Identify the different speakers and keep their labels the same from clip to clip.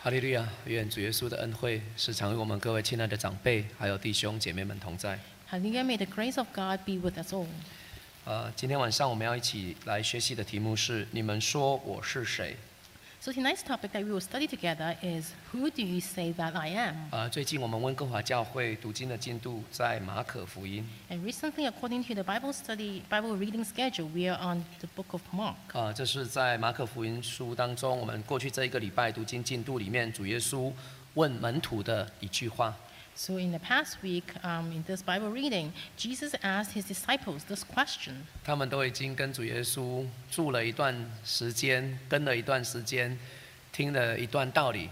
Speaker 1: 哈利路亚！愿主耶稣的恩惠时常与我们各位亲爱的长辈还有弟兄姐妹们同在。
Speaker 2: Hallelujah. May the grace of God be with us all.
Speaker 1: 呃，今天晚上我们要一起来学习的题目是：你们说我是谁？
Speaker 2: So tonight's topic that we will study together is Who do you say that I am?
Speaker 1: 呃，最近我们温哥华教会读经的进度在马可福音，
Speaker 2: And recently, according to the Bible study, Bible reading schedule, we are on the book of Mark.
Speaker 1: 呃，这是在马可福音书当中，我们过去这一个礼拜读经进度里面，主耶稣问门徒的一句话。
Speaker 2: So in the past week, um, in this Bible reading, Jesus asked his disciples this question.
Speaker 1: 他们都已经跟主耶稣住了一段时间，跟了一段时间，听了一段道理，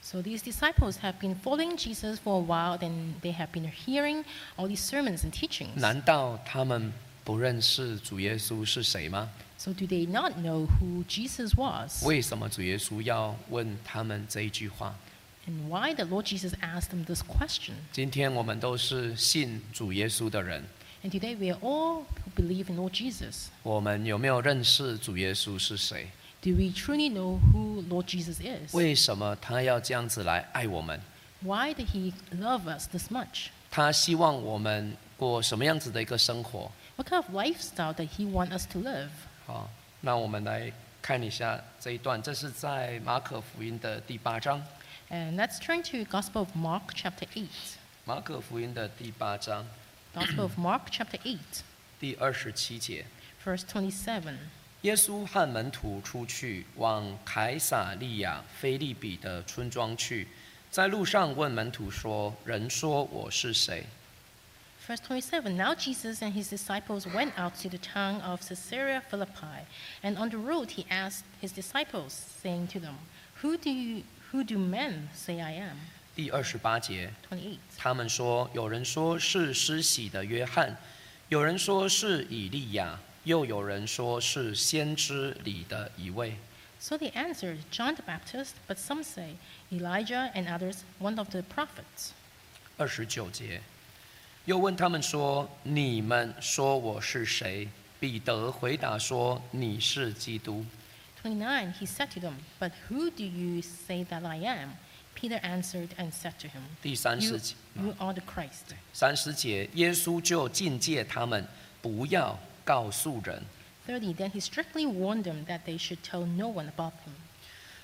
Speaker 2: So these disciples have been following Jesus for a while, then they have been hearing all these sermons and teachings.
Speaker 1: 难道他们不认识主耶稣是谁吗？
Speaker 2: So do they not know who Jesus was?
Speaker 1: 为什么主耶稣要问他们这一句话？
Speaker 2: And why the Lord Jesus asked them this question?
Speaker 1: 今天我们都是信主耶稣的人，
Speaker 2: And today we are all who believe in Lord Jesus.
Speaker 1: 我们有没有认识主耶稣是谁？
Speaker 2: Do we truly know who Lord Jesus is?
Speaker 1: 为什么他要这样子来爱我们？
Speaker 2: Why did he love us this much?
Speaker 1: 他希望我们过什么样子的一个生活？
Speaker 2: What kind of lifestyle did he want us to live?
Speaker 1: 好，那我们来看一下这一段，这是在马可福音的第八章。
Speaker 2: And let's turn to Gospel of Mark chapter 8.
Speaker 1: 马可福音的第八章
Speaker 2: Gospel of Mark chapter 8,
Speaker 1: 第二十七节，
Speaker 2: verse 27.
Speaker 1: 耶稣和门徒出去，往凯撒利亚菲利比的村庄去，在路上问门徒说：“人说我是谁
Speaker 2: Verse 27 Now Jesus and his disciples went out to the town of Caesarea Philippi, and on the road he asked his disciples, saying to them, Who do, you, who do men say I am?？”
Speaker 1: 第二十八节，
Speaker 2: 28.
Speaker 1: 他们说：“有人说是施洗的约翰，有人说是以利亚，又有人说是先知里的一位。”
Speaker 2: So they answered, John the Baptist, but some say Elijah, and others, one of the prophets.
Speaker 1: 二十九节，又问他们说：“你们说我是谁？”彼得回答说：“你是基督。
Speaker 2: 29 He said to them, But who do you say that I am? Peter answered and said to him,
Speaker 1: 第三十
Speaker 2: You,
Speaker 1: 节，
Speaker 2: you are the Christ.
Speaker 1: 三十节，耶稣就禁戒他们，不要告诉人。
Speaker 2: 30 Then he strictly warned them that they should tell no one about him.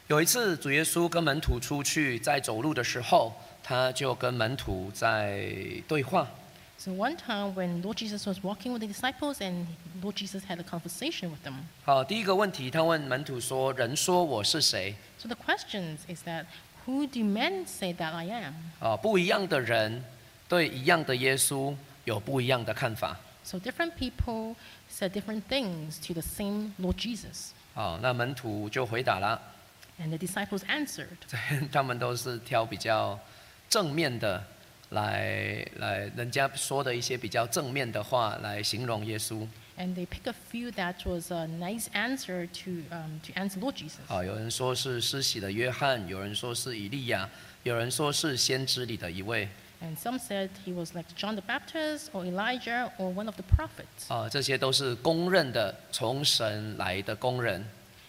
Speaker 1: 有一次，主耶稣跟门徒出去，在走路的时候，他就跟门徒在对话。
Speaker 2: So one time when Lord Jesus was walking with the disciples and Lord Jesus had a conversation with them.
Speaker 1: 好，第一个问题，他问门徒说：“人说我是谁
Speaker 2: So the question is that who do men say that I am?？”
Speaker 1: 啊，不一样的人对一样的耶稣有不一样的看法。
Speaker 2: So different people said different things to the same Lord Jesus.
Speaker 1: 好，那门徒就回答了，
Speaker 2: And the disciples answered.
Speaker 1: 他们都是挑比较正面的来来，人家说的一些比较正面的话来形容耶稣。
Speaker 2: And they picked a few that was a nice answer to, um, to answer Lord Jesus.
Speaker 1: 好，啊有人说是施洗的约翰，有人说是以利亚，有人说是先知里的一位。
Speaker 2: And some said he was like John the Baptist or Elijah or one of the prophets.
Speaker 1: 啊，这些都是公认的从神来的工人，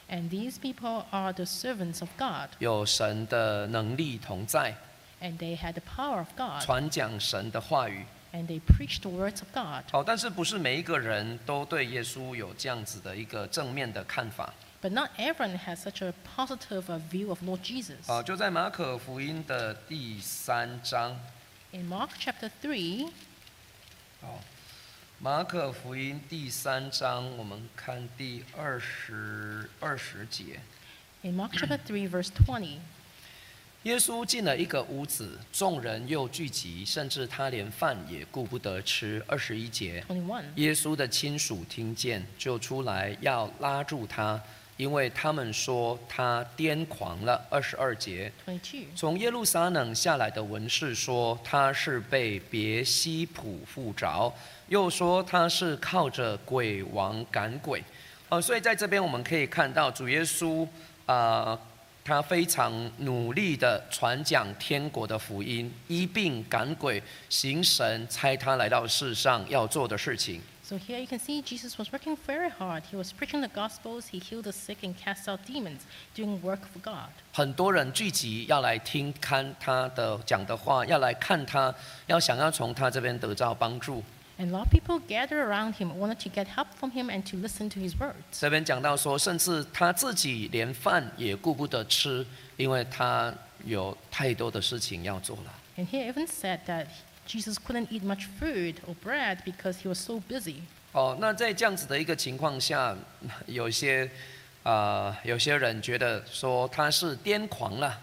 Speaker 2: And these people are the servants of God
Speaker 1: 有神的能力同在，
Speaker 2: and they had the power of God
Speaker 1: 传讲神的话语。
Speaker 2: and they preached the words of God.
Speaker 1: 好，但是不是每一个人都对耶稣有这样子的一个正面的看法？
Speaker 2: But not everyone has such a positive uh, view of Lord Jesus.
Speaker 1: 好，就在马可福音的第三章。
Speaker 2: In Mark chapter 3,
Speaker 1: 好，马可福音第三章，我们看第二十二十节。
Speaker 2: in Mark chapter 3 verse 20,
Speaker 1: 耶稣进了一个屋子，众人又聚集，甚至他连饭也顾不得吃。二十一节，
Speaker 2: 21,
Speaker 1: 耶稣的亲属听见，就出来要拉住他，因为他们说他癫狂了。二十二节，
Speaker 2: 22,
Speaker 1: 从耶路撒冷下来的文士说，他是被别西卜附着，又说他是靠着鬼王赶鬼。呃，所以在这边我们可以看到主耶稣啊、呃他非常努力的传讲天国的福音，医病赶鬼，行神差他来到世上要做的事情。
Speaker 2: So here you can see Jesus was working very hard. He was preaching the gospels, he healed the sick and cast out demons, doing work for God.
Speaker 1: 很多人聚集要来听看他的讲的话，要来看他，要想要从他这边得到帮助。
Speaker 2: And a lot of people gathered around him, wanted to get help from him and to listen to his words.
Speaker 1: 这边讲到说，甚至他自己连饭也顾不得吃，因为他有太多的事情要做了。
Speaker 2: And here even said that Jesus couldn't eat much food or bread because he was so busy.
Speaker 1: 哦，那在这样子的一个情况下， 有一些啊、呃有些人觉得说他是癫狂了。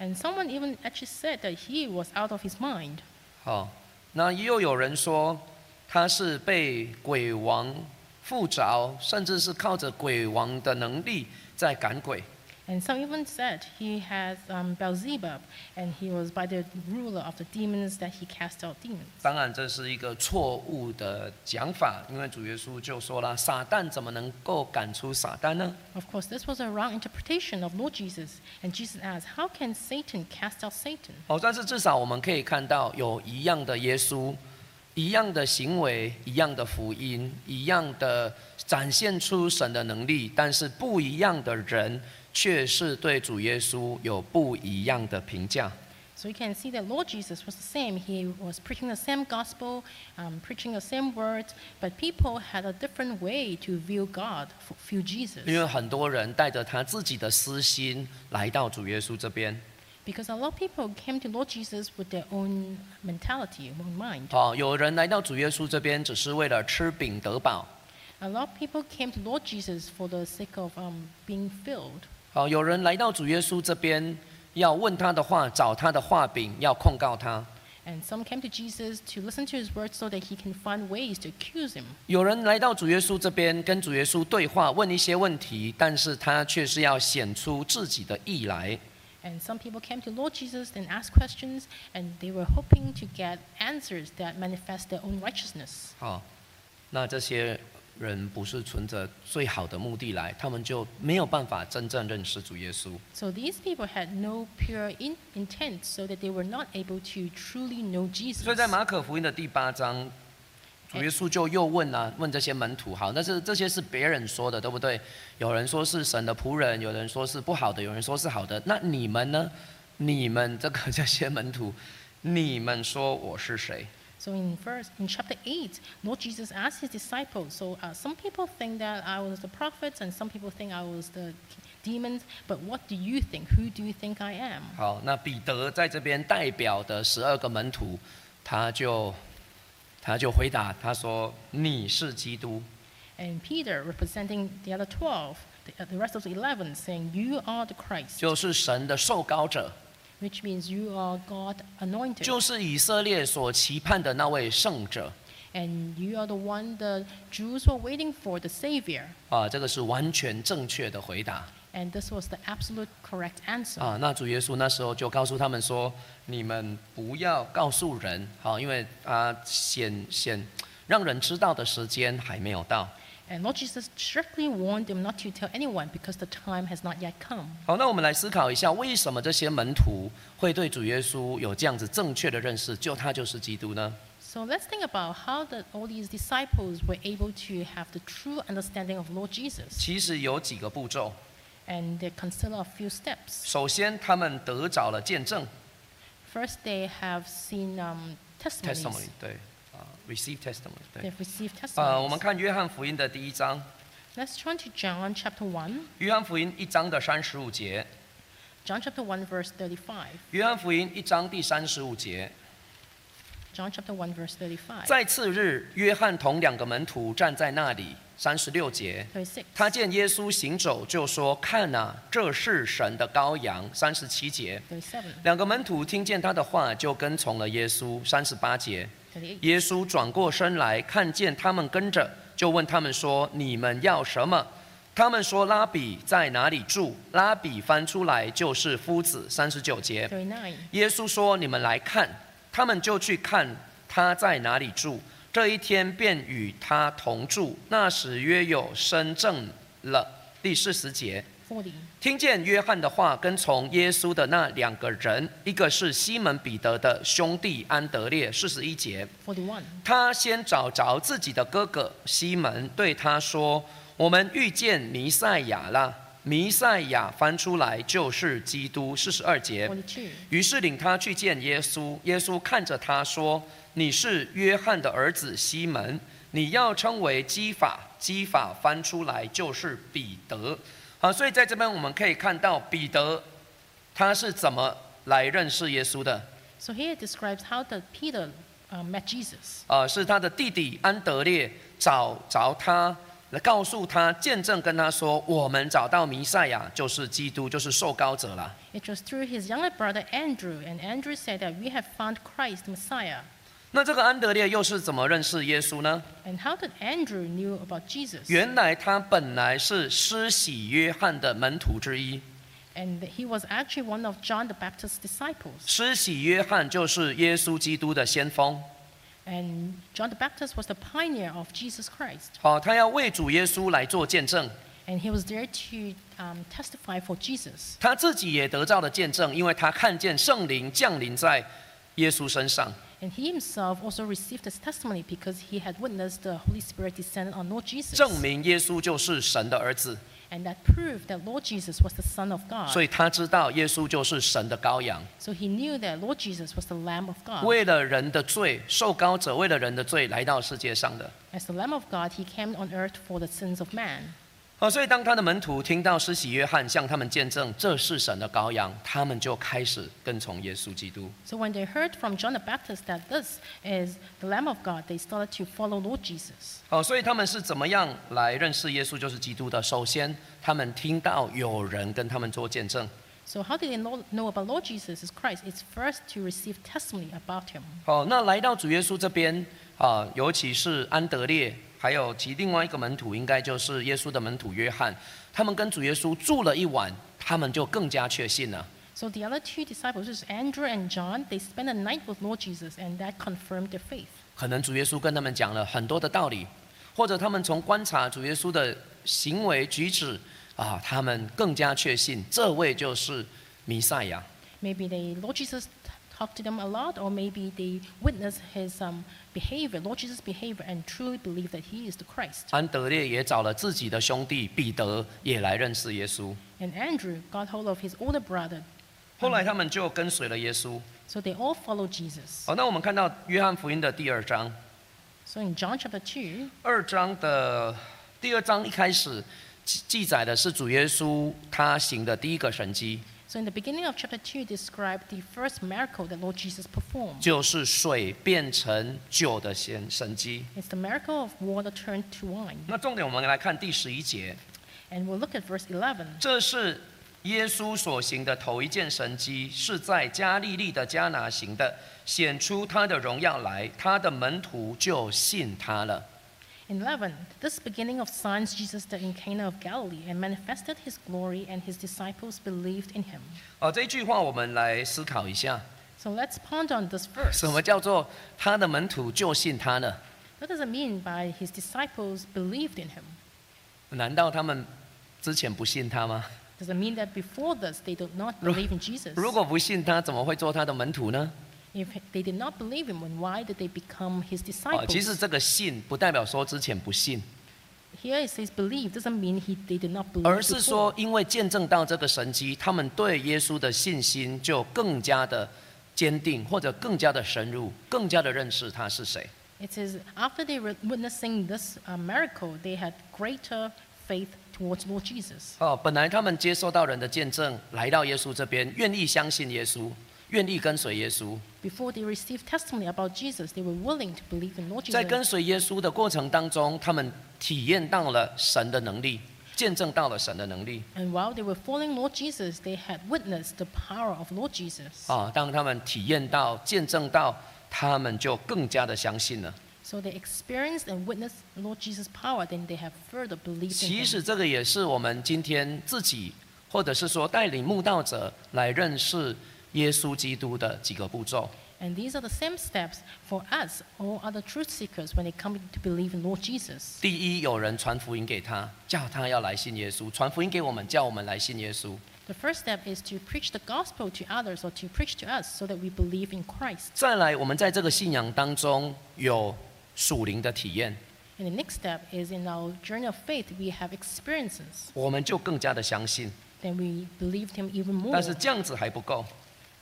Speaker 2: And someone even actually said that he was out of his mind.
Speaker 1: 好，哦那又有人说他是被鬼王附着，甚至是靠着鬼王的能力在赶鬼。
Speaker 2: And some even said he has um, Beelzebub and he was by the ruler of the demons that he cast out demons.
Speaker 1: 当然，这是一个错误的讲法，因为主耶稣就说了，撒旦怎么能够赶出撒旦呢？
Speaker 2: Of course, this was a wrong interpretation of Lord Jesus. And Jesus asked, How can Satan cast out Satan?
Speaker 1: 哦，但是至少我们可以看到，有一样的耶稣，一样的行为，一样的福音，一样的展现出神的能力，但是不一样的人却是对主耶稣有不一样的评价。
Speaker 2: So you can see that Lord Jesus was the same. He was preaching the same gospel, um, preaching the same words, but people had a different way to view God, f- view Jesus.
Speaker 1: 因为很多人带着他自己的私心来到主耶稣这边，
Speaker 2: Because a lot of people came to Lord Jesus with their own mentality, own mind.
Speaker 1: 哦，有人来到主耶稣这边只是为了吃饼得饱，
Speaker 2: A lot of people came to Lord Jesus for the sake of um, being filled.
Speaker 1: 哦，有人来到主耶稣这边要问他的话，找他的画饼，要控告他。
Speaker 2: And some came to Jesus to listen to his words so that he can find ways to accuse him.
Speaker 1: 有人来到主耶稣这边跟主耶稣对话，问一些问题，但是他却是要显出自己的意来。
Speaker 2: And some people came to Lord Jesus and asked questions, and they were hoping to get answers that manifest their own righteousness.
Speaker 1: 好、啊那这些人不是存着最好的目的来，他们就没有办法真正认识主耶稣。
Speaker 2: So these people had no pure in- intent, so that they were not able to truly know Jesus.
Speaker 1: 所以在马可福音的第八章，主耶稣就又问啊，问这些门徒，好，但是这些是别人说的，对不对？有人说是神的仆人，有人说是不好的，有人说是好的。那你们呢？你们这个这些门徒，你们说我是谁？
Speaker 2: So in verse in chapter eight, Lord Jesus asked his disciples. So uh, some people think that I was the prophets, and some people think I was the demons. But what do you think? Who do you think I am?
Speaker 1: 好，那彼得在这边代表的十二个门徒，他就他就回答他说：“你是基督。
Speaker 2: And Peter, representing the other twelve, the, uh, the rest of the eleven, saying, "You are the Christ," ”
Speaker 1: 就是神的受膏者，
Speaker 2: which means you are God anointed,
Speaker 1: 就是以色列所期盼的那位圣者
Speaker 2: and you are the one the Jews were waiting for, the Savior.
Speaker 1: 啊！这个是完全正确的回答
Speaker 2: And this was the absolute correct answer.
Speaker 1: 啊！那主耶稣那时候就告诉他们说：“你们不要告诉人，好，因为啊显显让人知道的时间还没有到。”
Speaker 2: And Lord Jesus strictly warned them not to tell anyone because the time has not yet come.
Speaker 1: 好，那我们来思考一下，为什么这些门徒会对主耶稣有这样子正确的认识，就他就是基督呢？
Speaker 2: So let's think about how the, all these disciples were able to have the true understanding of Lord Jesus.
Speaker 1: 其实有几个步骤。
Speaker 2: And they consider a few steps.
Speaker 1: 首先，他们得着了见证
Speaker 2: First, they have seen um, testimonies.
Speaker 1: （testimony），对，啊，receive testimony，对。
Speaker 2: They've received
Speaker 1: 呃，我们
Speaker 2: testimonies.
Speaker 1: 看约翰福音的第一章，
Speaker 2: Let's turn to John chapter 1.
Speaker 1: 约翰福音一章的三十五节，
Speaker 2: John chapter 1, verse 35.
Speaker 1: 约翰福音一章第三十五节。
Speaker 2: John chapter 1, verse 35.
Speaker 1: 在次日，约翰同两个门徒站在那里。三十六节，
Speaker 2: 36.
Speaker 1: 他见耶稣行走，就说：“看呐、这是神的羔羊。”三十七节，
Speaker 2: 37.
Speaker 1: 两个门徒听见他的话，就跟从了耶稣。三十八节，
Speaker 2: 38.
Speaker 1: 耶稣转过身来，看见他们跟着，就问他们说：“你们要什么？”他们说：“拉比在哪里住？”拉比翻出来就是夫子。三十九节，
Speaker 2: 39.
Speaker 1: 耶稣说：“你们来看。”他们就去看他在哪里住。这一天便与他同住。那时约有身正了。第四十节，
Speaker 2: 40.
Speaker 1: 听见约翰的话，跟从耶稣的那两个人，一个是西门彼得的兄弟安德烈，四十一节，
Speaker 2: 41.
Speaker 1: 他先找着自己的哥哥西门，对他说：“我们遇见弥赛亚啦！”弥赛亚翻出来就是基督，四十二节。
Speaker 2: 42.
Speaker 1: 于是领他去见耶稣。耶稣看着他说：“你是约翰的儿子西门，你要称为基法。基法翻出来就是彼得。”好，所以在这边我们可以看到彼得他是怎么来认识耶稣的。
Speaker 2: So here it describes how the Peter uh, met Jesus.
Speaker 1: 呃，是他的弟弟安德烈找着他，来告诉他见证，跟他说：“我们找到弥赛亚，就是基督，就是受膏者了。
Speaker 2: It was through his younger brother Andrew, and Andrew said that we have found Christ, Messiah. ”
Speaker 1: 那这个安德烈又是怎么认识耶稣呢？
Speaker 2: And how did Andrew knew about Jesus?
Speaker 1: 原来他本来是施洗约翰的门徒之一，
Speaker 2: And he was actually one of John the Baptist's disciples.
Speaker 1: 施洗约翰就是耶稣基督的先锋。
Speaker 2: And John the Baptist was the pioneer of Jesus Christ.
Speaker 1: 好、哦他要为主耶稣来做见证，
Speaker 2: And he was there to um, testify for Jesus.
Speaker 1: 他自己也得到了见证，因为他看见圣灵降临在耶稣身上。
Speaker 2: And he himself also received this testimony because he had witnessed the Holy Spirit descend on Lord Jesus.
Speaker 1: 证明耶稣就是神的儿子，
Speaker 2: And that proved that Lord Jesus was the Son of God.
Speaker 1: 所以他知道耶稣就是神的羔羊，
Speaker 2: So he knew that Lord Jesus was the Lamb of God.
Speaker 1: 为了人的罪，受膏者为了人的罪来到世界上的。
Speaker 2: As the Lamb of God, he came on earth for the sins of man.
Speaker 1: 好，啊所以当他的门徒听到施洗约翰向他们见证这是神的羔羊，他们就开始跟从耶稣基督。
Speaker 2: So when they heard from John the Baptist that this is the Lamb of God, they started to follow Lord Jesus.
Speaker 1: 好，啊所以他们是怎么样来认识耶稣就是基督的？首先，他们听到有人跟他们做见证。
Speaker 2: So how did they know, know about Lord Jesus is Christ? It's first to receive testimony about him.
Speaker 1: 好，那来到主耶稣这边啊，尤其是安德烈，还有其另外一个门徒，应该就是耶稣的门徒约翰，他们跟主耶稣住了一晚，他们就更加确信了。
Speaker 2: So the other two disciples, which is Andrew and John, they spent a night with Lord Jesus, and that confirmed their faith.
Speaker 1: 可能主耶稣跟他们讲了很多的道理，或者他们从观察主耶稣的行为举止啊，他们更加确信这位就是弥赛亚。
Speaker 2: Maybe they, Lord Jesus t- talked to them a lot, or maybe they witnessed his um, behavior, Lord Jesus' behavior, and truly believed that he is the Christ.
Speaker 1: 安德烈也找了自己的兄弟彼得也来认识耶稣，
Speaker 2: And Andrew got hold of his older brother,
Speaker 1: 后来他们就跟随了耶稣。
Speaker 2: so they all followed Jesus.
Speaker 1: 好，那我们看到约翰福音的第二章。
Speaker 2: So in John chapter 2,
Speaker 1: 二章的第二章一开始记记载的是主耶稣他行的第一个神迹，
Speaker 2: so in the beginning of chapter 2, described the first miracle that Lord Jesus performed.
Speaker 1: 就是水变成酒的神神迹。
Speaker 2: It's the miracle of water turned to wine.
Speaker 1: 那重点我们来看第十一节，
Speaker 2: And we'll look at verse 11.
Speaker 1: 这是耶稣所行的头一件神迹，是在加利利的迦拿行的，显出他的荣耀来，他的门徒就信他了。
Speaker 2: In 11, this beginning of signs Jesus did in Cana of Galilee and manifested his glory, and his disciples believed in him.
Speaker 1: 哦，这句话我们来思考一下，
Speaker 2: So let's ponder on this verse.
Speaker 1: 什么叫做他的门徒就信他呢？
Speaker 2: What does it mean by his disciples believed in him?
Speaker 1: 难道他们之前不信他吗？
Speaker 2: Does it mean that before this they did not
Speaker 1: Ru-
Speaker 2: believe in Jesus?
Speaker 1: 如果不信他，怎么会做他的门徒呢？
Speaker 2: If they did not believe him, then why did they become his
Speaker 1: 啊，其
Speaker 2: disciples?
Speaker 1: 实这个信不代表说之前不信，
Speaker 2: Here it says believe doesn't mean he, they did not believe
Speaker 1: 而是说
Speaker 2: before.
Speaker 1: 因为见证到这个神迹，他们对耶稣的信心就更加的坚定，或者更加的深入，更加的认识他是谁。
Speaker 2: It says after they were witnessing this uh, miracle, they had greater faith towards Lord Jesus.
Speaker 1: 哦，本来他们接受到人的见证，来到耶稣这边，愿意相信耶稣，愿意跟随耶稣。
Speaker 2: Before they received testimony about Jesus, they were willing to believe in Lord
Speaker 1: 在跟
Speaker 2: Jesus.
Speaker 1: 随耶稣的过程当中，他们体验到了神的能力，见证到了神的能力。
Speaker 2: And while they were following Lord Jesus, they had witnessed the power of Lord Jesus.
Speaker 1: 啊，当他们体验到、见证到，他们就更加的相信了。
Speaker 2: So they experienced and witnessed Lord Jesus' power, then they have further believed in
Speaker 1: 其实
Speaker 2: him.
Speaker 1: 这个也是我们今天自己，或者是说带领慕道者来认识耶稣基督的几个步骤。
Speaker 2: And these are the same steps for us, all other truth seekers, when they come to believe in Lord Jesus.
Speaker 1: 第一，有人传福音给他，叫他要来信耶稣；传福音给我们，叫我们来信耶稣。
Speaker 2: The first step is to preach the gospel to others or to preach to us so that we believe in Christ.
Speaker 1: 再来，我们在这个信仰当中有属灵的体验，
Speaker 2: And the next step is in our journey of faith, we have experiences.
Speaker 1: 我们就更加的相信。
Speaker 2: Then we believed him even more.
Speaker 1: 但是这样子还不够，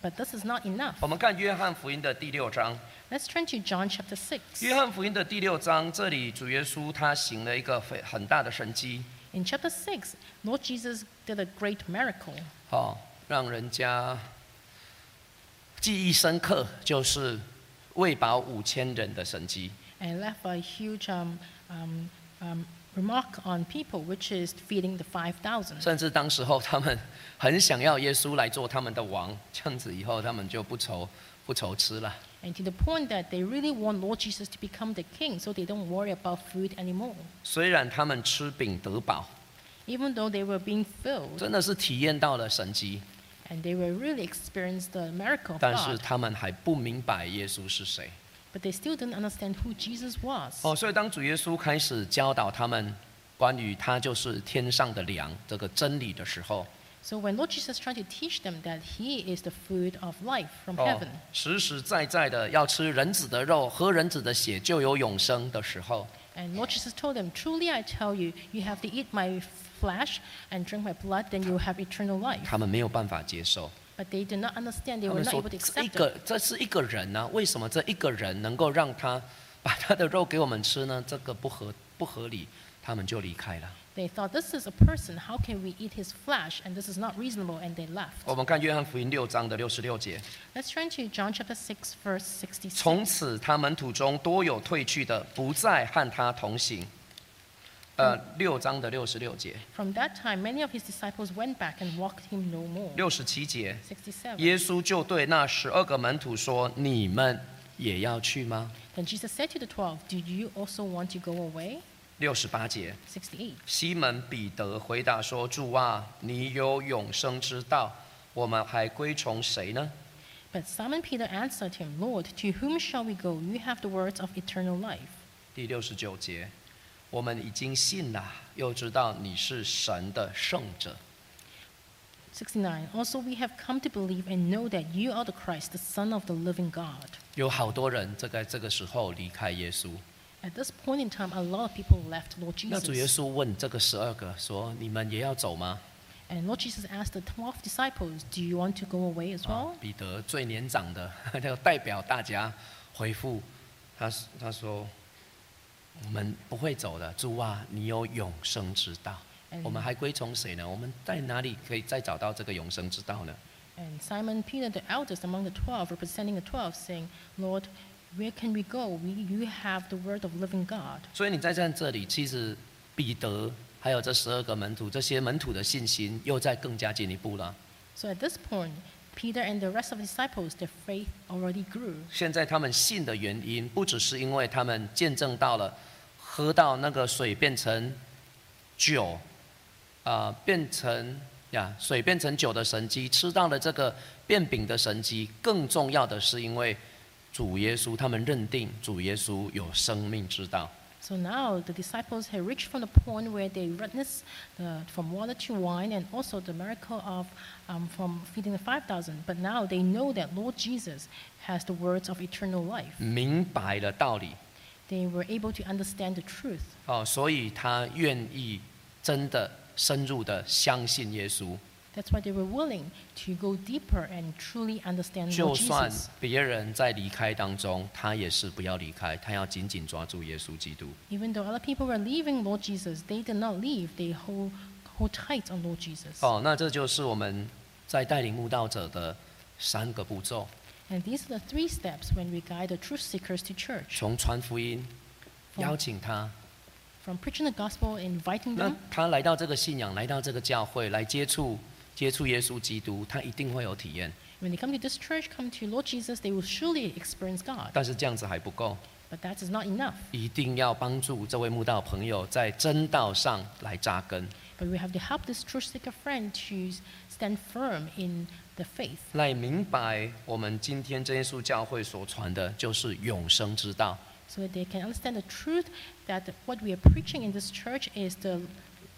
Speaker 2: But this is not enough.
Speaker 1: 我们看约翰福音的第六章。
Speaker 2: Let's turn to John chapter 6.
Speaker 1: 约翰福音的第六章，这里主耶稣他行了一个非很大的神迹，
Speaker 2: In chapter 6, Lord Jesus did a great miracle.
Speaker 1: 好、让人家记忆深刻，就是喂饱五千人的神迹。
Speaker 2: and left a huge um, um, um, remark on people, which is feeding the 5,000.
Speaker 1: 甚至当时候他们很想要耶稣来做他们的王，这样子以后他们就不愁不愁吃了。
Speaker 2: And to the point that they really want Lord Jesus to become the king, so they don't worry about food anymore.
Speaker 1: 虽然他们吃饼得饱，
Speaker 2: Even though they were being filled
Speaker 1: 真的是体验到了神迹，
Speaker 2: and they were really experienced the miracle of
Speaker 1: 但是
Speaker 2: God,
Speaker 1: 他们还不明白耶稣是谁。
Speaker 2: but they still didn't understand who Jesus was.
Speaker 1: 哦，所以当主耶稣开始教导他们关于他就是天上的粮这个真理的时候，
Speaker 2: So when Lord Jesus tried to teach them that He is the food of life from
Speaker 1: 哦
Speaker 2: heaven,
Speaker 1: 实实在在的要吃人子的肉，喝人子的血就有永生的时候，
Speaker 2: and Lord Jesus told them, Truly I tell you, you have to eat my flesh and drink my blood, then you will have eternal life.
Speaker 1: 他们没有办法接受。
Speaker 2: But they did not understand, they
Speaker 1: 他
Speaker 2: were
Speaker 1: 们
Speaker 2: not
Speaker 1: 说
Speaker 2: able to
Speaker 1: 这一
Speaker 2: accept it.
Speaker 1: 个这是一个人呢、为什么这一个人能够让他把他的肉给我们吃呢？这个不合不合理，他们就离开了。
Speaker 2: They thought, this is a person, how can we eat his flesh? And this is not reasonable, and they left.
Speaker 1: 我们看约翰福音六章的六十六节，
Speaker 2: Let's turn to John chapter 6, verse 66.
Speaker 1: 从此他门徒中多有退去的，不再和他同行。呃，六章的六十六节，
Speaker 2: From that time, many of his disciples went back and walked him no more.
Speaker 1: 六十七节，
Speaker 2: 67.
Speaker 1: 耶稣就对那十二个门徒说：“你们也要去吗
Speaker 2: Then Jesus said to the twelve, Do you also want to go away?？”
Speaker 1: 六十八节，
Speaker 2: 68.
Speaker 1: 西门彼得回答说：“主啊，你有永生之道，我们还归从谁呢
Speaker 2: But Simon Peter answered him, Lord, to whom shall we go? You have the words of eternal life.？”
Speaker 1: 第六十九节，我们已经信了，又知道你是神的圣者。
Speaker 2: 69. Also, we have come to believe and know that you are the Christ, the Son of the living God.
Speaker 1: 有好多人这在这个时候离开耶稣。
Speaker 2: At this point in time, a lot of people left Lord
Speaker 1: 那主耶
Speaker 2: Jesus.
Speaker 1: 稣问这个十二个说：“你们也要走吗
Speaker 2: And Lord Jesus asked the 12 disciples, Do you want to go away as？”
Speaker 1: 啊
Speaker 2: well?，
Speaker 1: 彼得最年长的， 他要代表大家回复他，他说：“我们不会走的，主啊，你有永生之道。”
Speaker 2: 嗯
Speaker 1: 我们还归从谁呢？我们在哪里可以再找到这个永生之道呢？
Speaker 2: And Simon Peter, the eldest among the 12, representing the 12, saying, Lord, where can we go? We, you have the word of living God.
Speaker 1: 所以你在站这里，其实彼得还有这十二个门徒，这些门徒的信心又在更加进一步了。
Speaker 2: So at this point, Peter and the rest of the disciples, their faith already grew.
Speaker 1: 现在他们信的原因，不只是因为他们见证到了喝到那个水变成酒，啊、变成呀水变成酒的神迹，吃到了这个变饼的神迹，更重要的是因为主耶稣，他们认定主耶稣有生命之道。
Speaker 2: So now the disciples had reached from the point where they witnessed the, from water to wine and also the miracle of um, from feeding the 5,000. But now they know that Lord Jesus has the words of eternal life.
Speaker 1: 明白了道理
Speaker 2: They were able to understand the truth.
Speaker 1: 哦，所以他愿意真的深入的相信耶稣，
Speaker 2: That's why they were willing to go deeper and truly understand
Speaker 1: 就
Speaker 2: Lord
Speaker 1: 算
Speaker 2: 嗯哦 Jesus.
Speaker 1: 别人在离开当中，他也是不要离开，他要紧紧抓住耶稣基督。
Speaker 2: Even though other people were leaving Lord Jesus, they did not leave. They hold, hold tight on Lord Jesus.
Speaker 1: 哦，那这就是我们在带领慕道者的三个步骤：
Speaker 2: And these are the three steps when we guide the truth seekers to church
Speaker 1: 从传福音，邀请他，
Speaker 2: from preaching the gospel, inviting
Speaker 1: 那
Speaker 2: them.
Speaker 1: 他来到这个信仰，来到这个教会，来接触接触耶稣基督，他一定会有体验。
Speaker 2: When they come to this church, come to Lord Jesus, they will surely experience God.
Speaker 1: 但是这样子还不够，
Speaker 2: But that is not enough.
Speaker 1: 一定要帮助这位慕道朋友在真道上来扎根。
Speaker 2: but we have to help this truth seeker friend to stand firm in the faith
Speaker 1: 来明白我们今天真耶稣教会所传的就是永生之道。
Speaker 2: so that they can understand the truth that what we are preaching in this church is the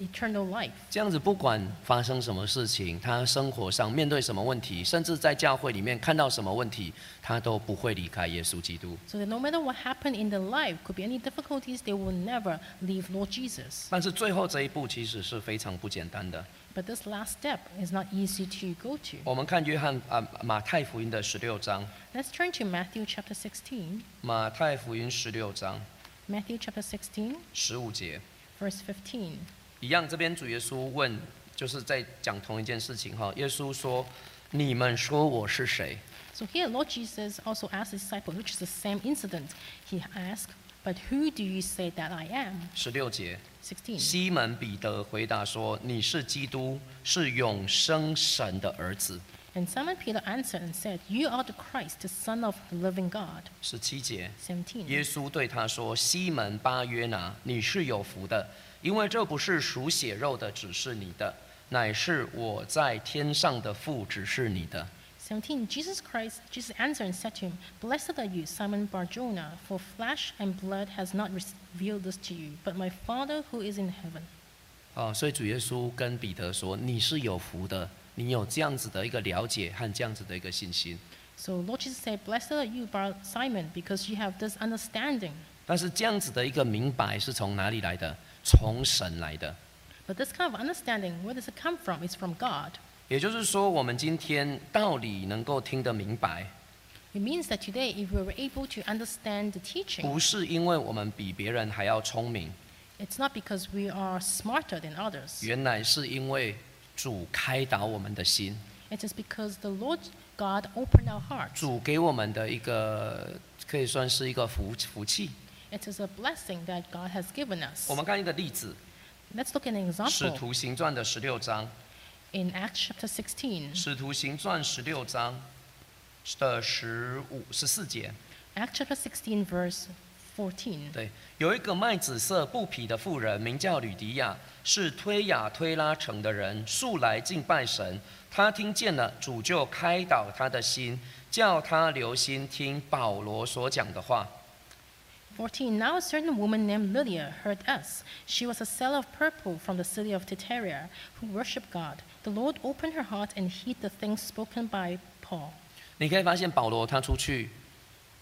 Speaker 2: eternal life.
Speaker 1: 这样子，不管发生什么事情，他生活上面对什么问题，甚至在教会里面看到什么问题，他都不会离开耶稣基督。
Speaker 2: So that no matter what happened in their life, could be any difficulties, they will never leave Lord Jesus.
Speaker 1: 但是最后这一步其实是非常不简单的。
Speaker 2: But this last step is not easy to go to.
Speaker 1: 我们看约翰啊、马太福音的十六章，
Speaker 2: Let's turn to Matthew chapter 16.
Speaker 1: 马太福音十六章
Speaker 2: Matthew chapter 16,
Speaker 1: 十五节，
Speaker 2: verse 15.
Speaker 1: 一样，这边主耶稣问，就是在讲同一件事情哈。耶稣说：“你们说我是谁
Speaker 2: So here, Lord Jesus also asked his disciples, which is the same incident. He asked, But who do you say that I am?？”
Speaker 1: 十六节，
Speaker 2: 16.
Speaker 1: 西门彼得回答说：“你是基督，是永生神的儿子。
Speaker 2: And Simon Peter answered and said, You are the Christ, the Son of the living God. ”
Speaker 1: 十七节，
Speaker 2: 17.
Speaker 1: 耶稣对他说：“西门巴约拿，你是有福的，因为这不是属血肉的，只是你的，乃是我在天上的父，只是你的。
Speaker 2: 17 Jesus Christ, Jesus answered and said to him, Blessed are you, Simon Barjona, for flesh and blood has not revealed this to you, but my Father who is in heaven. ”
Speaker 1: 啊，所以主耶稣跟彼得说：“你是有福的，你有这样子的一个了解和这样子的一个信心。
Speaker 2: So Lord Jesus said, Blessed are you, Bar- Simon, because you have this understanding. ”
Speaker 1: 但是这样子的一个明白是从哪里来的？从神来的。
Speaker 2: But this kind of understanding, where does it come from? It's from God.
Speaker 1: 也就是说，我们今天道理能够听得明白，
Speaker 2: It means that today, if we were able to understand the teaching,
Speaker 1: 不是因为我们比别人还要聪明，
Speaker 2: it's not because we are smarter than others.
Speaker 1: 原来是因为主开导我们的心，
Speaker 2: It is because the Lord God opened our hearts.
Speaker 1: 主给我们的一个可以算是一个福福气。
Speaker 2: It is a blessing that God has given us.
Speaker 1: 我们看一个例子，
Speaker 2: Let's look at an
Speaker 1: 《使
Speaker 2: example.
Speaker 1: 徒行传》的十六章，
Speaker 2: in Acts chapter 16.
Speaker 1: 《使徒行传》十六章的十五十四节，
Speaker 2: Acts chapter 16, verse 14.
Speaker 1: 对，有一个卖紫色布匹的妇人，名叫吕迪亚，是推雅推拉城的人，素来敬拜神。她听见了主就开导她的心，叫她留心听保罗所讲的话。
Speaker 2: 14. Now a certain woman named Lydia heard us. She was a seller of purple from the city of Titeria, who worshipped God. The Lord opened her heart and heed the things spoken by Paul.
Speaker 1: 你可以发现，保罗他出去，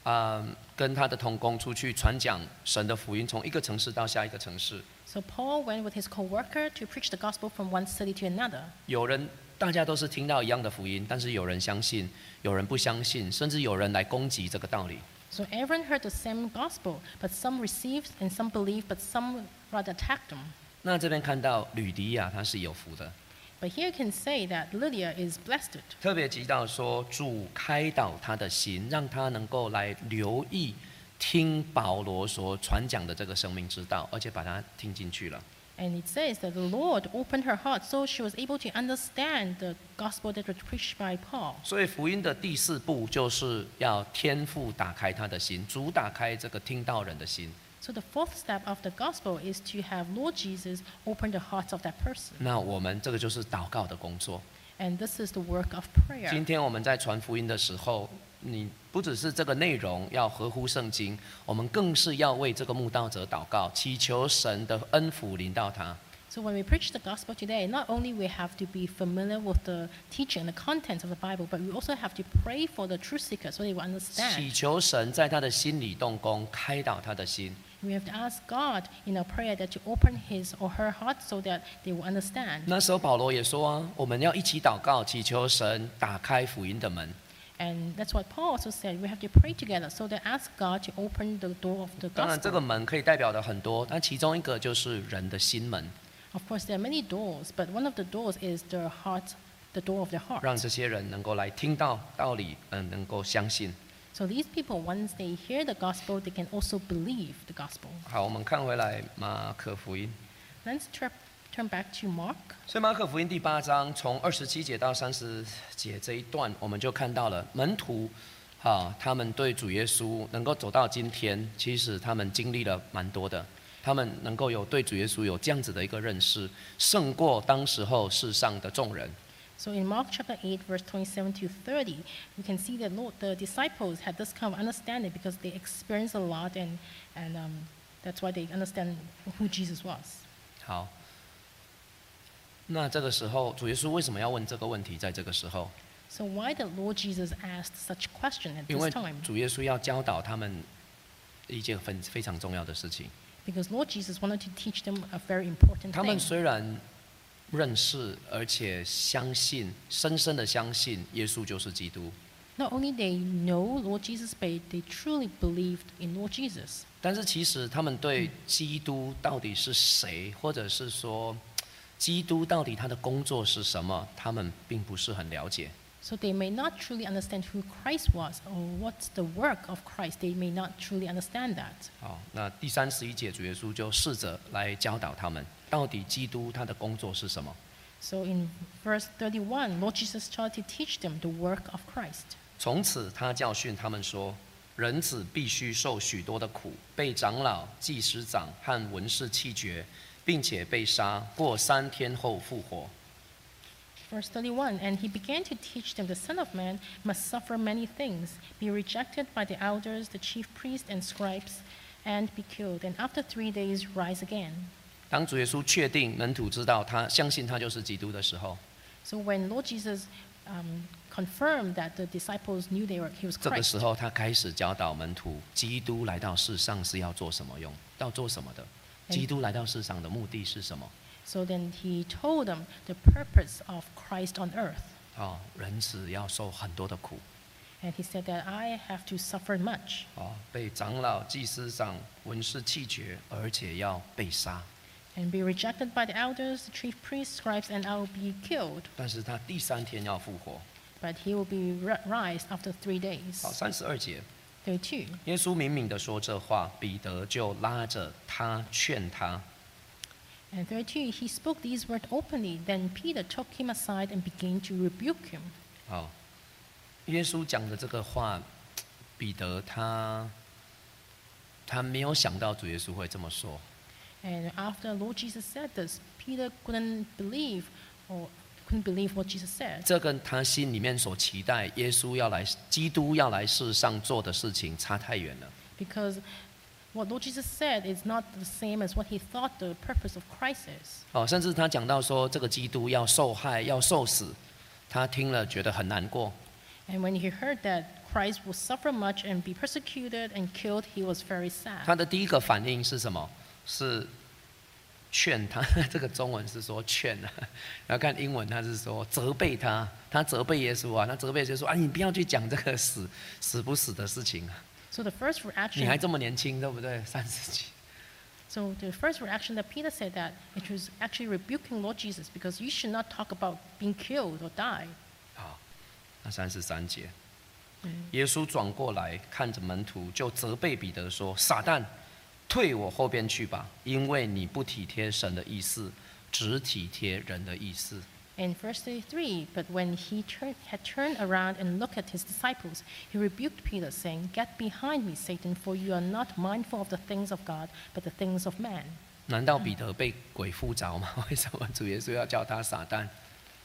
Speaker 1: 啊、跟他的同工出去传讲神的福音，从一个城市到下一个城市。
Speaker 2: So Paul went with his co-worker to preach the gospel from one city to another.
Speaker 1: 有人大家都是听到一样的福音，但是有人相信，有人不相信，甚至有人来攻击这个道理。
Speaker 2: So everyone heard the same gospel, but some received and some believed, but some rather attacked them.
Speaker 1: 那这边看到吕迪亚他是有福的，
Speaker 2: But here you can say that Lydia is blessed.
Speaker 1: 特别提到说主开导他的心，让他能够来留意听保罗所传讲的这个生命之道，而且把它听进去了。
Speaker 2: And it says that the Lord opened her heart so she was able to understand the gospel that was preached by Paul.
Speaker 1: 所以福音的第四步就是要天父打开他的心，主打开这个听到人的心。
Speaker 2: So the fourth step of the gospel is to have Lord Jesus open the hearts of that person.
Speaker 1: 那我们这个就是祷告的工作。
Speaker 2: And this is the work of
Speaker 1: 今
Speaker 2: prayer.
Speaker 1: 天我们在传福音的时候，你不只是这个内容要合乎圣经，我们更是要为这个慕道者祷告，祈求神的恩福临到他。
Speaker 2: So when we preach the gospel today, not only we have to be familiar with the teaching and the contents of the Bible, but we also have to pray for the truth seeker so they will
Speaker 1: 祈
Speaker 2: understand.
Speaker 1: 求神在他的心里动工，开导他的心。
Speaker 2: We have to ask God in our prayer that to open his or her heart so that they will understand.
Speaker 1: 那时候保罗也说啊，我们要一起祷告，祈求神打开福音的门。
Speaker 2: And that's what Paul also said. We have to pray together. So they ask God to open the door of the
Speaker 1: 当然，这个
Speaker 2: gospel.
Speaker 1: 门可以代表的很多，但其中一个就是人的心门，
Speaker 2: Of course, there are many doors, but one of the doors is the heart, the door of the
Speaker 1: 让
Speaker 2: heart.
Speaker 1: 这些人能够来听到道理，嗯，能够相信。
Speaker 2: So these people, once they hear the gospel, they can also believe the gospel.
Speaker 1: 好，我们看回来马可福音。
Speaker 2: Let's tur- turn back to Mark.
Speaker 1: 所以马可福音第八章从二十七节到三十节这一段，我们就看到了门徒，啊，他们对主耶稣能够走到今天，其实他们经历了蛮多的。他们能够有对主耶稣有这样子的一个认识，胜过当时候世上的众人。
Speaker 2: So in Mark chapter 8, verse 27 to 30, we can see that Lord, the disciples had this kind of understanding because they experienced a lot, and, and um, that's why they understand who Jesus was.
Speaker 1: 好，那这个时候主耶稣为什么要问这个问题？在这个时候，
Speaker 2: So why the Lord Jesus asked such question at
Speaker 1: 因为
Speaker 2: this time?
Speaker 1: 主耶稣要教导他们一件很非常重要的事情。
Speaker 2: Because Lord Jesus wanted to teach them a very important
Speaker 1: 他们
Speaker 2: thing.
Speaker 1: 虽然认识，而且相信，深深的相信耶稣就是基督，
Speaker 2: Not only they know Lord Jesus, but they truly believed in Lord Jesus.
Speaker 1: 但是其实他们对基督到底是谁，或者是说基督到底他的工作是什么，他们并不是很了解。
Speaker 2: So they may not truly understand who Christ was or what's the work of Christ. They may not truly understand that.
Speaker 1: 好，那第三十一节主耶稣就试着来教导他们，到底基督他的工作是什么。
Speaker 2: So in verse 31, Lord Jesus tried to teach them the work of Christ.
Speaker 1: 从此他教训他们说：“人子必须受许多的苦，被长老、祭司长和文士弃绝，并且被杀，过三天后复活。
Speaker 2: Verse 31, and he began to teach them the Son of Man must suffer many things, be rejected by the elders, the chief priests, and scribes, and be killed, and after three days rise again. ”
Speaker 1: 当主耶稣确定门徒知道他相信他就是基督的时候，
Speaker 2: So when Lord Jesus um, confirmed that the disciples knew they were, he was
Speaker 1: 这个
Speaker 2: Christ,
Speaker 1: 时候他开始教导门徒，基督来到世上是要做什么用，要做什么的。基督来到世上的目的是什么？
Speaker 2: so then he told them the purpose of Christ on earth.
Speaker 1: 哦，人子要受很多的苦，
Speaker 2: And he said that I have to suffer much,
Speaker 1: 哦，被长老、祭司长、文士弃绝，而且要被杀。
Speaker 2: and be rejected by the elders, the chief priests, scribes, and I will be killed,
Speaker 1: 但是他第三天要复活。
Speaker 2: but he will be ri- rise after three days.
Speaker 1: 好，三十二节，
Speaker 2: 32.
Speaker 1: 耶稣明明的说这话，彼得就拉着他劝他。
Speaker 2: And 32, he spoke these words openly. Then Peter took him aside and began to rebuke him.
Speaker 1: 好，哦耶稣讲的这个话，彼得他他没有想到主耶稣会这么说。
Speaker 2: And after Lord Jesus said this, Peter couldn't believe or couldn't believe what Jesus said.
Speaker 1: 这跟他心里面所期待耶稣要来、基督要来世上做的事情差太远了。
Speaker 2: Because what Lord Jesus said is not the same as what he thought the purpose of Christ is.
Speaker 1: 哦，甚至他讲到说这个基督要受害、要受死，他听了觉得很难过。
Speaker 2: And when he heard that Christ will suffer much and be persecuted and killed, he was very
Speaker 1: 他
Speaker 2: sad.
Speaker 1: 的第一个反应是什么？是劝他， 这个中文是说劝啊，然后看英文他是说责备他，他责备耶稣啊，他责备耶稣啊，你不要去讲这个死死不死的事情啊，
Speaker 2: So the first
Speaker 1: 你还
Speaker 2: reaction
Speaker 1: 这么年轻，对不对？三十几，
Speaker 2: So the first reaction that Peter said that it was actually rebuking Lord Jesus because you should not talk about being killed or die.
Speaker 1: 好，那三十三节，耶稣转过来看着门徒，就责备彼得说：“撒旦，退我后边去吧，因为你不体贴神的意思，只体贴人的意思。”
Speaker 2: In verse 33, but when he turn, had turned around and looked at his disciples, he rebuked Peter, saying, Get behind me, Satan, for you are not mindful of the things of God, but the things of man.
Speaker 1: 难道彼得被鬼附着吗？ 为什么主耶稣要叫他撒旦？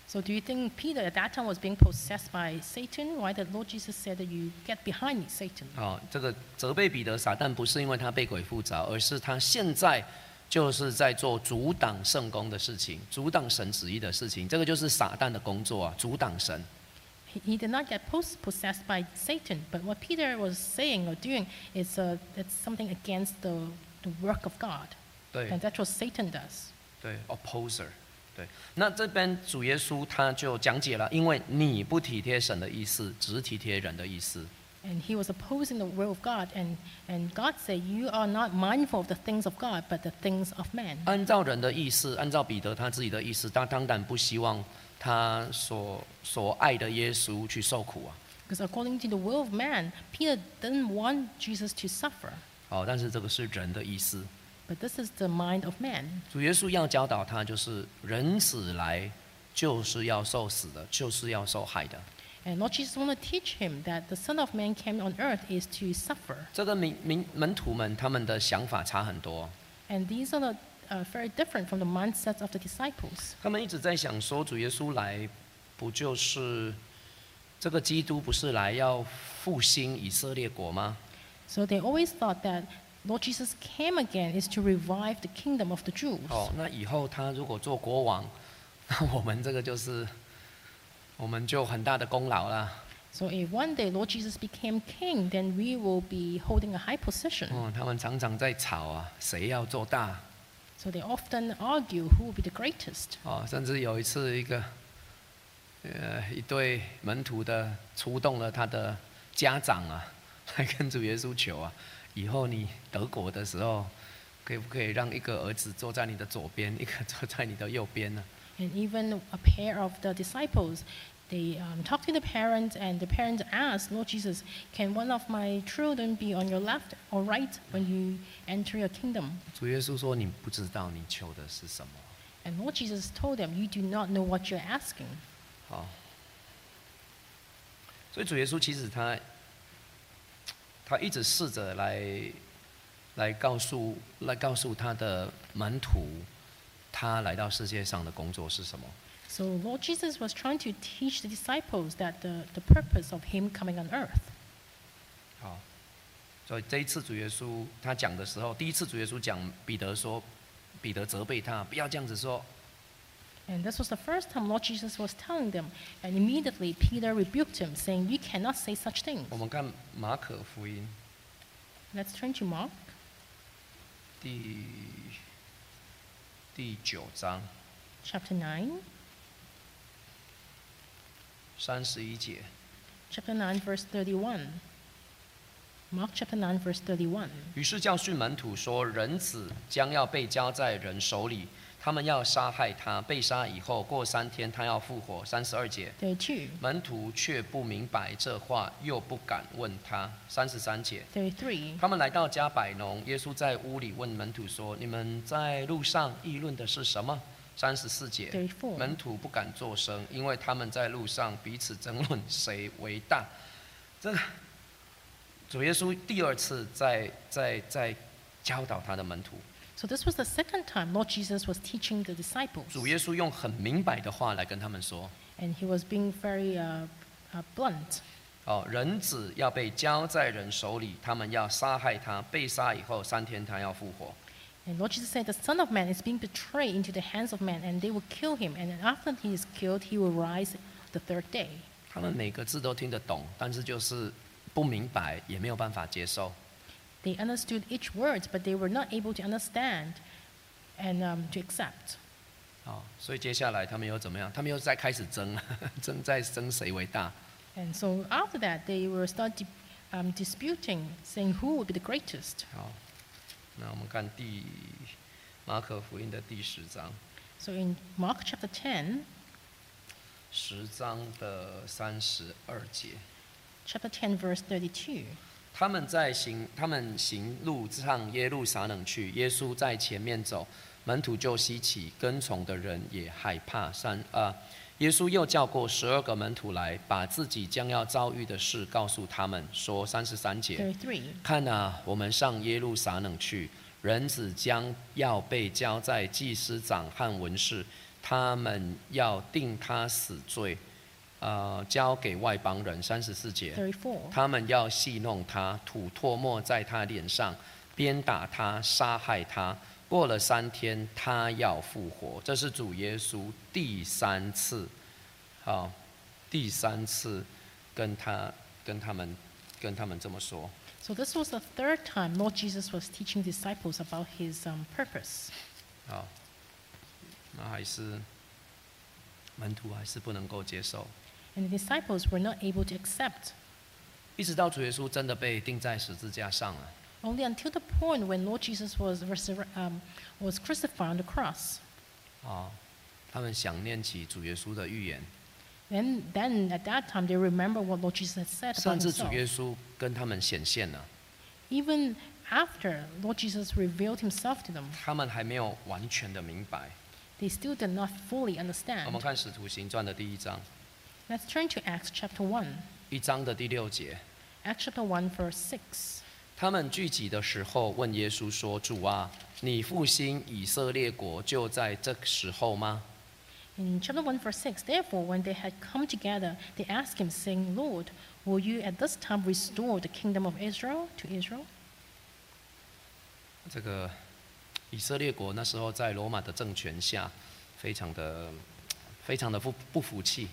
Speaker 2: So do you think Peter at that time was being possessed by Satan? Why the Lord Jesus said that you get behind me, Satan?
Speaker 1: 哦，这个责备彼得撒旦不是因为他被鬼附着，而是他现在就是在做阻挡圣功的事情，阻挡神旨意的事情。这个就是撒旦的工作啊，阻挡神。
Speaker 2: He, he did not get pos- possessed by Satan, but what Peter was saying or doing is uh, it's something against the, the work of God.
Speaker 1: 对
Speaker 2: And that's what Satan does.
Speaker 1: 对，opposer。对，那这边主耶稣他就讲解了，因为你不体贴神的意思，只体贴人的意思。
Speaker 2: And he was opposing the will of God. And, and God said, You are not mindful of the things of God, but the things of man.
Speaker 1: 按照人的意思，按照彼得他自己的意思，他当然不希望他所所爱的耶稣去受苦啊。
Speaker 2: Because according to the will of man, Peter didn't want Jesus to suffer.
Speaker 1: 哦，但是这个是人的意思。
Speaker 2: But this is the mind of man.
Speaker 1: 主耶稣要教导他，就是人子来就是要受死的，就是要受害的。
Speaker 2: And Lord Jesus want to teach him that the Son of Man came on earth is to suffer.
Speaker 1: 这个民民门徒们他们的想法差很多，
Speaker 2: And these are the, uh, very different from the mindsets of the disciples.
Speaker 1: 他们一直在想说，主耶稣来不就是这个基督不是来要复兴以色列国吗？
Speaker 2: So they always thought that Lord Jesus came again is to revive the kingdom of the Jews.
Speaker 1: 哦，那以后他如果做国王， 那我们这个就是我们就很大的功劳啦。
Speaker 2: So if one day Lord Jesus became king, then we will be holding a high position.
Speaker 1: 嗯，他们常常在吵啊，谁要做大
Speaker 2: So they often argue who will be the greatest.
Speaker 1: 哦，甚至有一次一个呃一对门徒的出动了他的家长啊， 来跟主耶稣求啊，以后你德国的时候，可以不可以让一个儿子坐在你的左边，一个坐在你的右边呢、
Speaker 2: And even a pair of the disciples, they um, talked to the parents, and the parents asked, Lord Jesus, can one of my children be on your left or right when you enter your kingdom?
Speaker 1: 主耶稣说你不知道你求的是什么。
Speaker 2: And Lord Jesus told them, You do not know what you're asking.
Speaker 1: 好，所以主耶稣其实他他一直试着来来告诉来告诉他的门徒，他来到世界上的工作是什么。
Speaker 2: So Lord Jesus was trying to teach the disciples that the, the purpose of him coming on earth.
Speaker 1: 好，所以这一次主耶稣他讲的时候，第一次主耶稣讲彼得说，彼得责备他不要这样子说，
Speaker 2: And this was the first time Lord Jesus was telling them. And immediately Peter rebuked him, saying, You cannot say such things.
Speaker 1: 我们看马可福音
Speaker 2: Let's turn to Mark
Speaker 1: 第第九章
Speaker 2: chapter 9.
Speaker 1: 三十一节。
Speaker 2: chapter 9, verse 31. Mark chapter 9, verse 31.
Speaker 1: 于是教训门徒说：“人子将要被交在人手里，他们要杀害他。被杀以后，过三天他要复活。”三十二节，
Speaker 2: 32.
Speaker 1: 门徒却不明白这话，又不敢问他。三十三节，
Speaker 2: 33.
Speaker 1: 他们来到加百农，耶稣在屋里问门徒说：“你们在路上议论的是什么？”三十四节，
Speaker 2: 34.
Speaker 1: 门徒不敢作声，因为他们在路上彼此争论谁为大。这个主耶稣第二次在在在教导他的门徒，
Speaker 2: So this was the second time Lord Jesus was teaching the disciples.
Speaker 1: 主耶稣用很明白的话来跟他们说：
Speaker 2: And he was being very uh, uh, blunt.
Speaker 1: 哦，人子要被交在人手里，他们要杀害他，被杀以后三天他要复活。
Speaker 2: And Lord Jesus said, The Son of Man is being betrayed into the hands of men, and they will kill him. And then after he is killed, he will rise the third day.
Speaker 1: 他们每个字都听得懂，但是就是不明白，也没有办法接受。
Speaker 2: They understood each word, but they were not able to understand and um, to accept.
Speaker 1: 哦，所以接下来他们又怎么样？他们又再开始争，啊 争在争谁为大。
Speaker 2: And so after that, they were start di- um, disputing, saying who would be the greatest.
Speaker 1: 好，哦那我们看第马可福音的第十章，
Speaker 2: So in Mark chapter 10,
Speaker 1: 十章的三十二节，
Speaker 2: chapter 10, verse 32.
Speaker 1: 他们在行，他们行路上耶路撒冷去，耶稣在前面走，门徒就稀奇，跟从的人也害怕。三啊、耶稣又叫过十二个门徒来，把自己将要遭遇的事告诉他们，说三十三节。
Speaker 2: 33.
Speaker 1: 看啊，我们上耶路撒冷去，人子将要被交在祭司长和文士，他们要定他死罪，呃，交给外邦人。三十四节，
Speaker 2: 34.
Speaker 1: 他们要戏弄他，吐唾沫在他脸上，鞭打他，杀害他。过了三天，他要复活。这是主耶稣第三次，好、第三次跟他跟他们跟他们这么说。
Speaker 2: So this was the third time Lord Jesus was teaching disciples about his um, purpose.
Speaker 1: 好，那还是门徒还是不能够接受，
Speaker 2: And the disciples were not able to accept.
Speaker 1: 一直到主耶稣真的被钉在十字架上了，
Speaker 2: Only until the point when Lord Jesus was, resurre- um, was crucified on the cross.
Speaker 1: 啊，他们想念起主耶稣的预言，
Speaker 2: Then, then at that time, they remember what Lord Jesus had said
Speaker 1: 甚
Speaker 2: about
Speaker 1: 至主
Speaker 2: himself.
Speaker 1: 耶稣跟他们显现了，
Speaker 2: Even after Lord Jesus revealed himself to them,
Speaker 1: 他们还没有完全的明白。
Speaker 2: they still did not fully
Speaker 1: 我们
Speaker 2: understand.
Speaker 1: 看《使徒行传》的第一章，
Speaker 2: Let's turn to Acts chapter 1.
Speaker 1: 一章的第六节，
Speaker 2: Acts chapter 1, verse 6.
Speaker 1: 他们聚集的时候，问耶稣说：“主啊，你复兴以色列国就在这时候吗
Speaker 2: In chapter 1, verse 6, therefore, when they had come together, they asked him, saying, Lord, will you at this time restore the kingdom of Israel to Israel? ？”
Speaker 1: 这个以色列国那时候在罗马的政权下，非常的、非常的不不服气。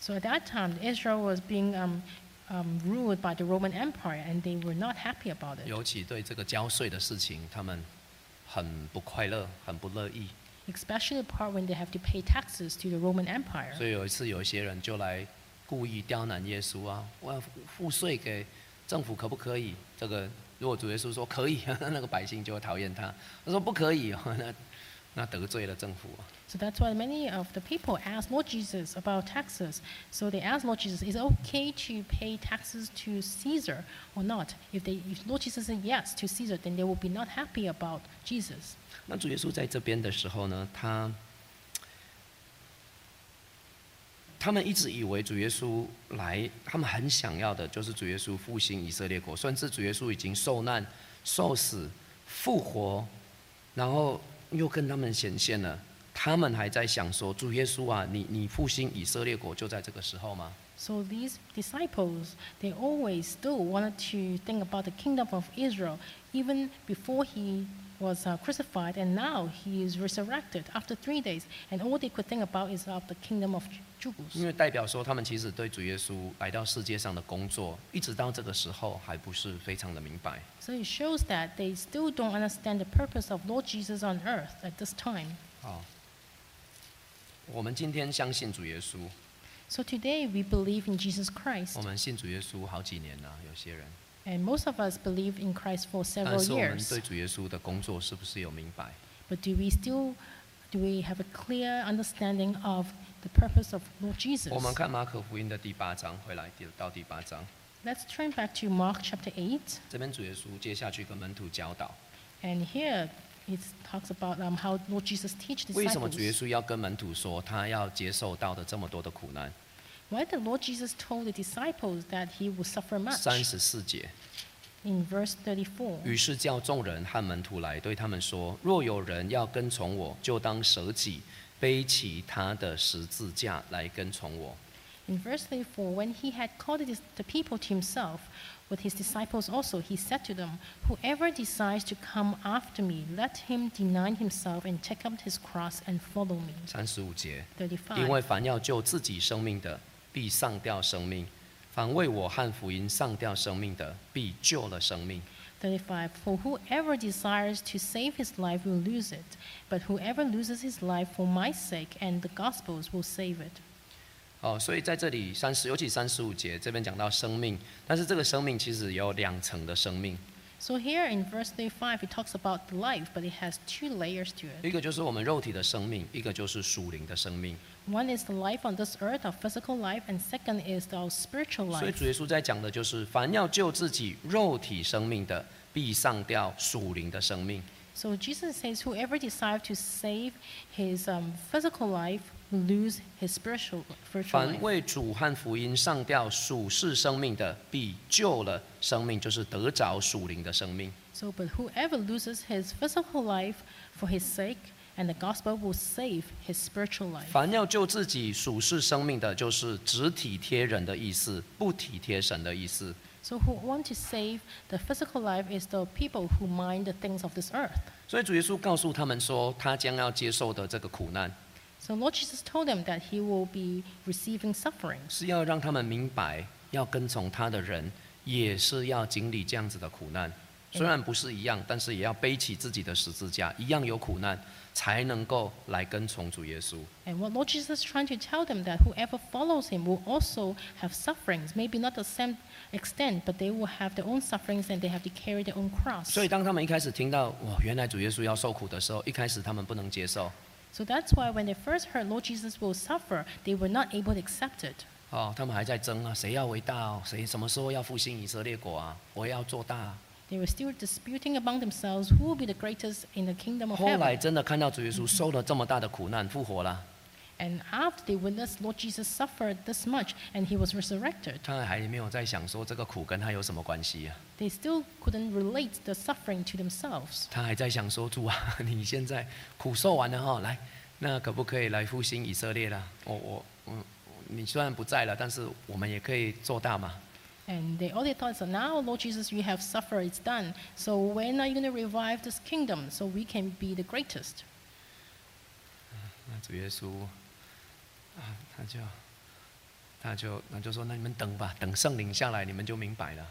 Speaker 2: So at that time, Israel was being um, um, ruled by the Roman Empire, and they were not happy about it,
Speaker 1: 尤其对这个交税的事情，他们很不快乐，很不乐意。
Speaker 2: especially the part when they have to pay taxes to the Roman Empire.
Speaker 1: 所以有一次，有一些人就来故意刁难耶稣啊，我要赋税给政府可不可以？这个如果主耶稣说可以， 那个百姓就会讨厌他；他说不可以， 那那得罪了政府啊。
Speaker 2: So that's why many of the people asked Lord Jesus about taxes. So they asked Lord Jesus, is it okay to pay taxes to Caesar or not? If, they, if Lord Jesus said yes to Caesar, then they will be not happy about Jesus.
Speaker 1: 那主耶稣在这边的时候呢，他他们一直以为主耶稣来，他们很想要的就是主耶稣复兴以色列国，甚至主耶稣已经受难、受死、复活，然后又跟他们显现了。他们还在想说：“主耶稣啊，你你复兴以色列国就在这个时候吗
Speaker 2: So these disciples, they always still wanted to think about the kingdom of Israel, even before he was uh, crucified, and now he is resurrected after three days, and all they could think about is of the kingdom of Ju-？”
Speaker 1: 因
Speaker 2: Jugos.
Speaker 1: 为代表说，他们其实对主耶稣啊来到世界上的工作，一直到这个时候还不是非常的明白。
Speaker 2: So it shows that they still don't understand the purpose of Lord Jesus on earth at this time.
Speaker 1: 好，啊我们今天相信主耶稣，
Speaker 2: So today we believe in Jesus Christ,
Speaker 1: 我们信主耶稣好几年了、有些人，
Speaker 2: and most of us believe in Christ for
Speaker 1: 但
Speaker 2: several
Speaker 1: 是我们
Speaker 2: years.
Speaker 1: 对主耶稣的工作是不是有明白？
Speaker 2: But do we still do we have a clear understanding of the purpose of Lord Jesus?
Speaker 1: 我们看马可福音的第八章，回来第到第八章，
Speaker 2: Let's turn back to Mark chapter 8,
Speaker 1: 这边主耶稣接下去跟门徒教导，
Speaker 2: and here it talks about um, how Lord Jesus teach
Speaker 1: 为什么主耶
Speaker 2: disciples.
Speaker 1: 稣要跟门徒说他要接受到的这么多的苦难？
Speaker 2: Why the Lord Jesus told the disciples that he will suffer
Speaker 1: 三
Speaker 2: much
Speaker 1: 十四节，
Speaker 2: in verse 34.
Speaker 1: 于是叫众人和门徒来，对他们说：若有人要跟从我，就当舍己，背起他的十字架来跟从我。
Speaker 2: In verse 34, when he had called the the people to himself, with his disciples also, he said to them, Whoever decides to come after me, let him deny himself and take up his cross and follow me.
Speaker 1: 三十五节，因为
Speaker 2: 35.
Speaker 1: 凡要救自己生命的，必上吊生命；凡为我和福音上吊生命的，必救了生命。
Speaker 2: 35. For whoever desires to save his life will lose it, but whoever loses his life for my sake and the gospel's will save it.
Speaker 1: 哦，所以在这里三十，尤其三十五节这边讲到生命，但是这个生命其实有两层的生命，
Speaker 2: So here in verse 35, it talks about the life, but it has two layers to it.
Speaker 1: 一个就是我们肉体的生命，一个就是属灵的生命。
Speaker 2: One is the life on this earth, our physical life, and second is our spiritual
Speaker 1: 所以
Speaker 2: life.
Speaker 1: 主耶稣在讲的就是，凡要救自己肉体生命的，必上吊属灵的生命。
Speaker 2: So Jesus says, whoever decides to save his um, physical life will lose his spiritual, spiritual
Speaker 1: 凡
Speaker 2: life.
Speaker 1: 为主和福音上吊属世生命的，必救了生命，就是得着属灵的生命。
Speaker 2: So, but whoever loses his physical life for his sake and the gospel will save his spiritual life.
Speaker 1: 凡要救自己属世生命的，就是只体贴人的意思，不体贴神的意思。
Speaker 2: So, who want to save the physical life is the people who mind the things of this earth.
Speaker 1: 所以主耶稣告诉他们说，他将要接受的这个苦难，
Speaker 2: So, Lord Jesus told them that he will be receiving sufferings.
Speaker 1: 是要让他们明白，要跟从他的人也是要经历这样子的苦难。虽然不是一样，但是也要背起自己的十字架，一样有苦难，才能够来跟从主耶稣。
Speaker 2: And what Lord Jesus is trying to tell them that whoever follows him will also have sufferings, maybe not the same extent, but they will have their own sufferings and they have to carry their own cross.
Speaker 1: 所以当他们一开始听到哇，原来主耶稣要受苦的时候，一开始他们不能接受。
Speaker 2: So that's why when they first heard Lord Jesus will suffer, they were not able to accept it.
Speaker 1: 哦，他们还在争啊，谁要伟大哦？谁什么时候要复兴以色列国啊？我也要做大、啊。
Speaker 2: They were still disputing among themselves 哦 who will be the greatest in the kingdom of
Speaker 1: 后来
Speaker 2: heaven.
Speaker 1: 真的看到主耶稣受了这么大的苦难，复活了。
Speaker 2: And after they witnessed Lord Jesus suffered this much and he was resurrected,
Speaker 1: 他还没有在想说这个苦跟他有什么关系啊？
Speaker 2: they still couldn't relate the suffering to themselves.
Speaker 1: 他还在想说主啊， 你现在苦受完了哈、来，那可不可以来复兴以色列啦？我我嗯，你虽然不在了，但是我们也可以做大嘛。
Speaker 2: And they all they thought is, now, Lord Jesus, you have suffered, it's done. So when are you going to revive this kingdom so we can be the greatest?
Speaker 1: 那主耶稣啊，他就他就他就说，那你们等吧，等圣灵下来，你们就明白了。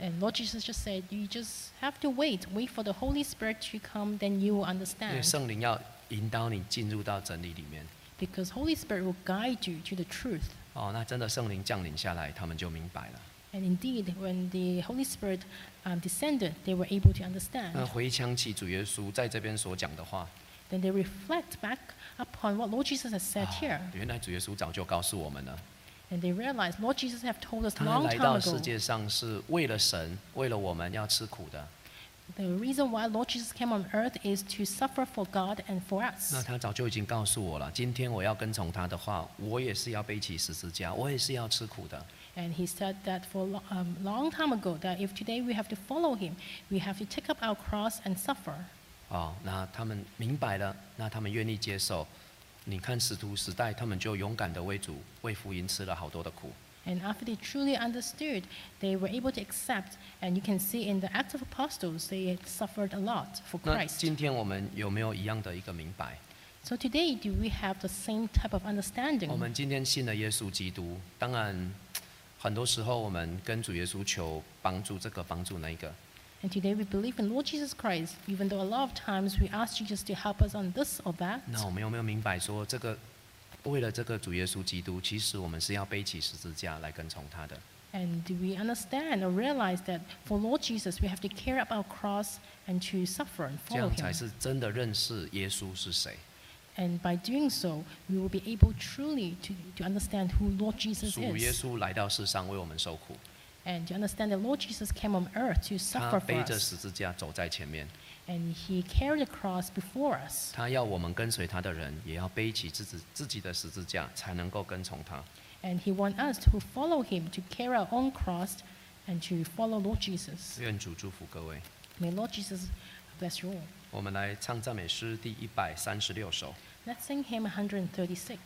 Speaker 2: And Lord Jesus just said, you just have to wait, wait for the Holy Spirit to come, then you will
Speaker 1: 因为
Speaker 2: understand.
Speaker 1: 圣灵要引导你进入到真理里面。
Speaker 2: Because Holy Spirit will guide you to the truth.
Speaker 1: 哦，那真的圣灵降临下来，他们就明白了。
Speaker 2: And indeed, when the Holy Spirit um, descended, they were able to understand.
Speaker 1: 那回想起主耶稣在这边所讲的话，
Speaker 2: Then they reflect back upon what Lord Jesus has
Speaker 1: Ah.
Speaker 2: said here.
Speaker 1: 哦原来主耶稣早就告诉我们了，
Speaker 2: And they realize Lord Jesus have told us
Speaker 1: 他
Speaker 2: long
Speaker 1: 来
Speaker 2: time
Speaker 1: 到
Speaker 2: ago
Speaker 1: 世界上是为了神，为了我们要吃苦的。
Speaker 2: the reason why Lord Jesus came on earth is to suffer for God and for
Speaker 1: 那
Speaker 2: us.
Speaker 1: 他早就已经告诉我了，今天我要跟从他的话，我也是要背起十字架，我也是要吃苦的。
Speaker 2: And he said that for lo- um, long time ago that if today we have to follow him, we have to take up our cross and suffer.
Speaker 1: 哦，那他们明白了，那他们愿意接受。你看使徒时代，他们就勇敢的为主为福音吃了好多的苦。
Speaker 2: And after they truly understood, they were able to accept. And you can see in the Acts of Apostles, they had suffered a lot for
Speaker 1: 那
Speaker 2: Christ.
Speaker 1: 今天我们有没有一样的一个明白？
Speaker 2: So today, do we have the same type of understanding?
Speaker 1: 我们今天信了耶稣基督，当然很多时候我们跟主耶稣求帮助这个帮助那个，
Speaker 2: And today we believe in Lord Jesus Christ, even though a lot of times we ask Jesus to help us on this or that.
Speaker 1: 那我们有没有明白说这个？为了这个主耶稣基督，其实我们是要背起十字架来跟从他的。
Speaker 2: Oh， And do we understand or realize that for Lord Jesus, we have to carry up our cross and to suffer and
Speaker 1: 这
Speaker 2: follow
Speaker 1: 样
Speaker 2: him?
Speaker 1: 才是真的认识耶稣是谁。
Speaker 2: And by doing so, we will be able truly to, to understand who Lord Jesus
Speaker 1: 主耶
Speaker 2: is.
Speaker 1: 稣来到世上为我们受苦，
Speaker 2: And to understand that Lord Jesus came on earth to
Speaker 1: 他
Speaker 2: suffer for
Speaker 1: 背着
Speaker 2: us.
Speaker 1: 十字架走在前面，
Speaker 2: And he carried the cross before us.
Speaker 1: 他要我们跟随他的人也要背起自己自己的十字架，才能够跟从他。
Speaker 2: And he wants us who follow him to carry our own cross and to follow Lord Jesus.
Speaker 1: 愿主祝福各位。
Speaker 2: May Lord Jesus bless you all.
Speaker 1: 我们来唱赞美诗第一百三十六首。
Speaker 2: Let's sing hymn 136.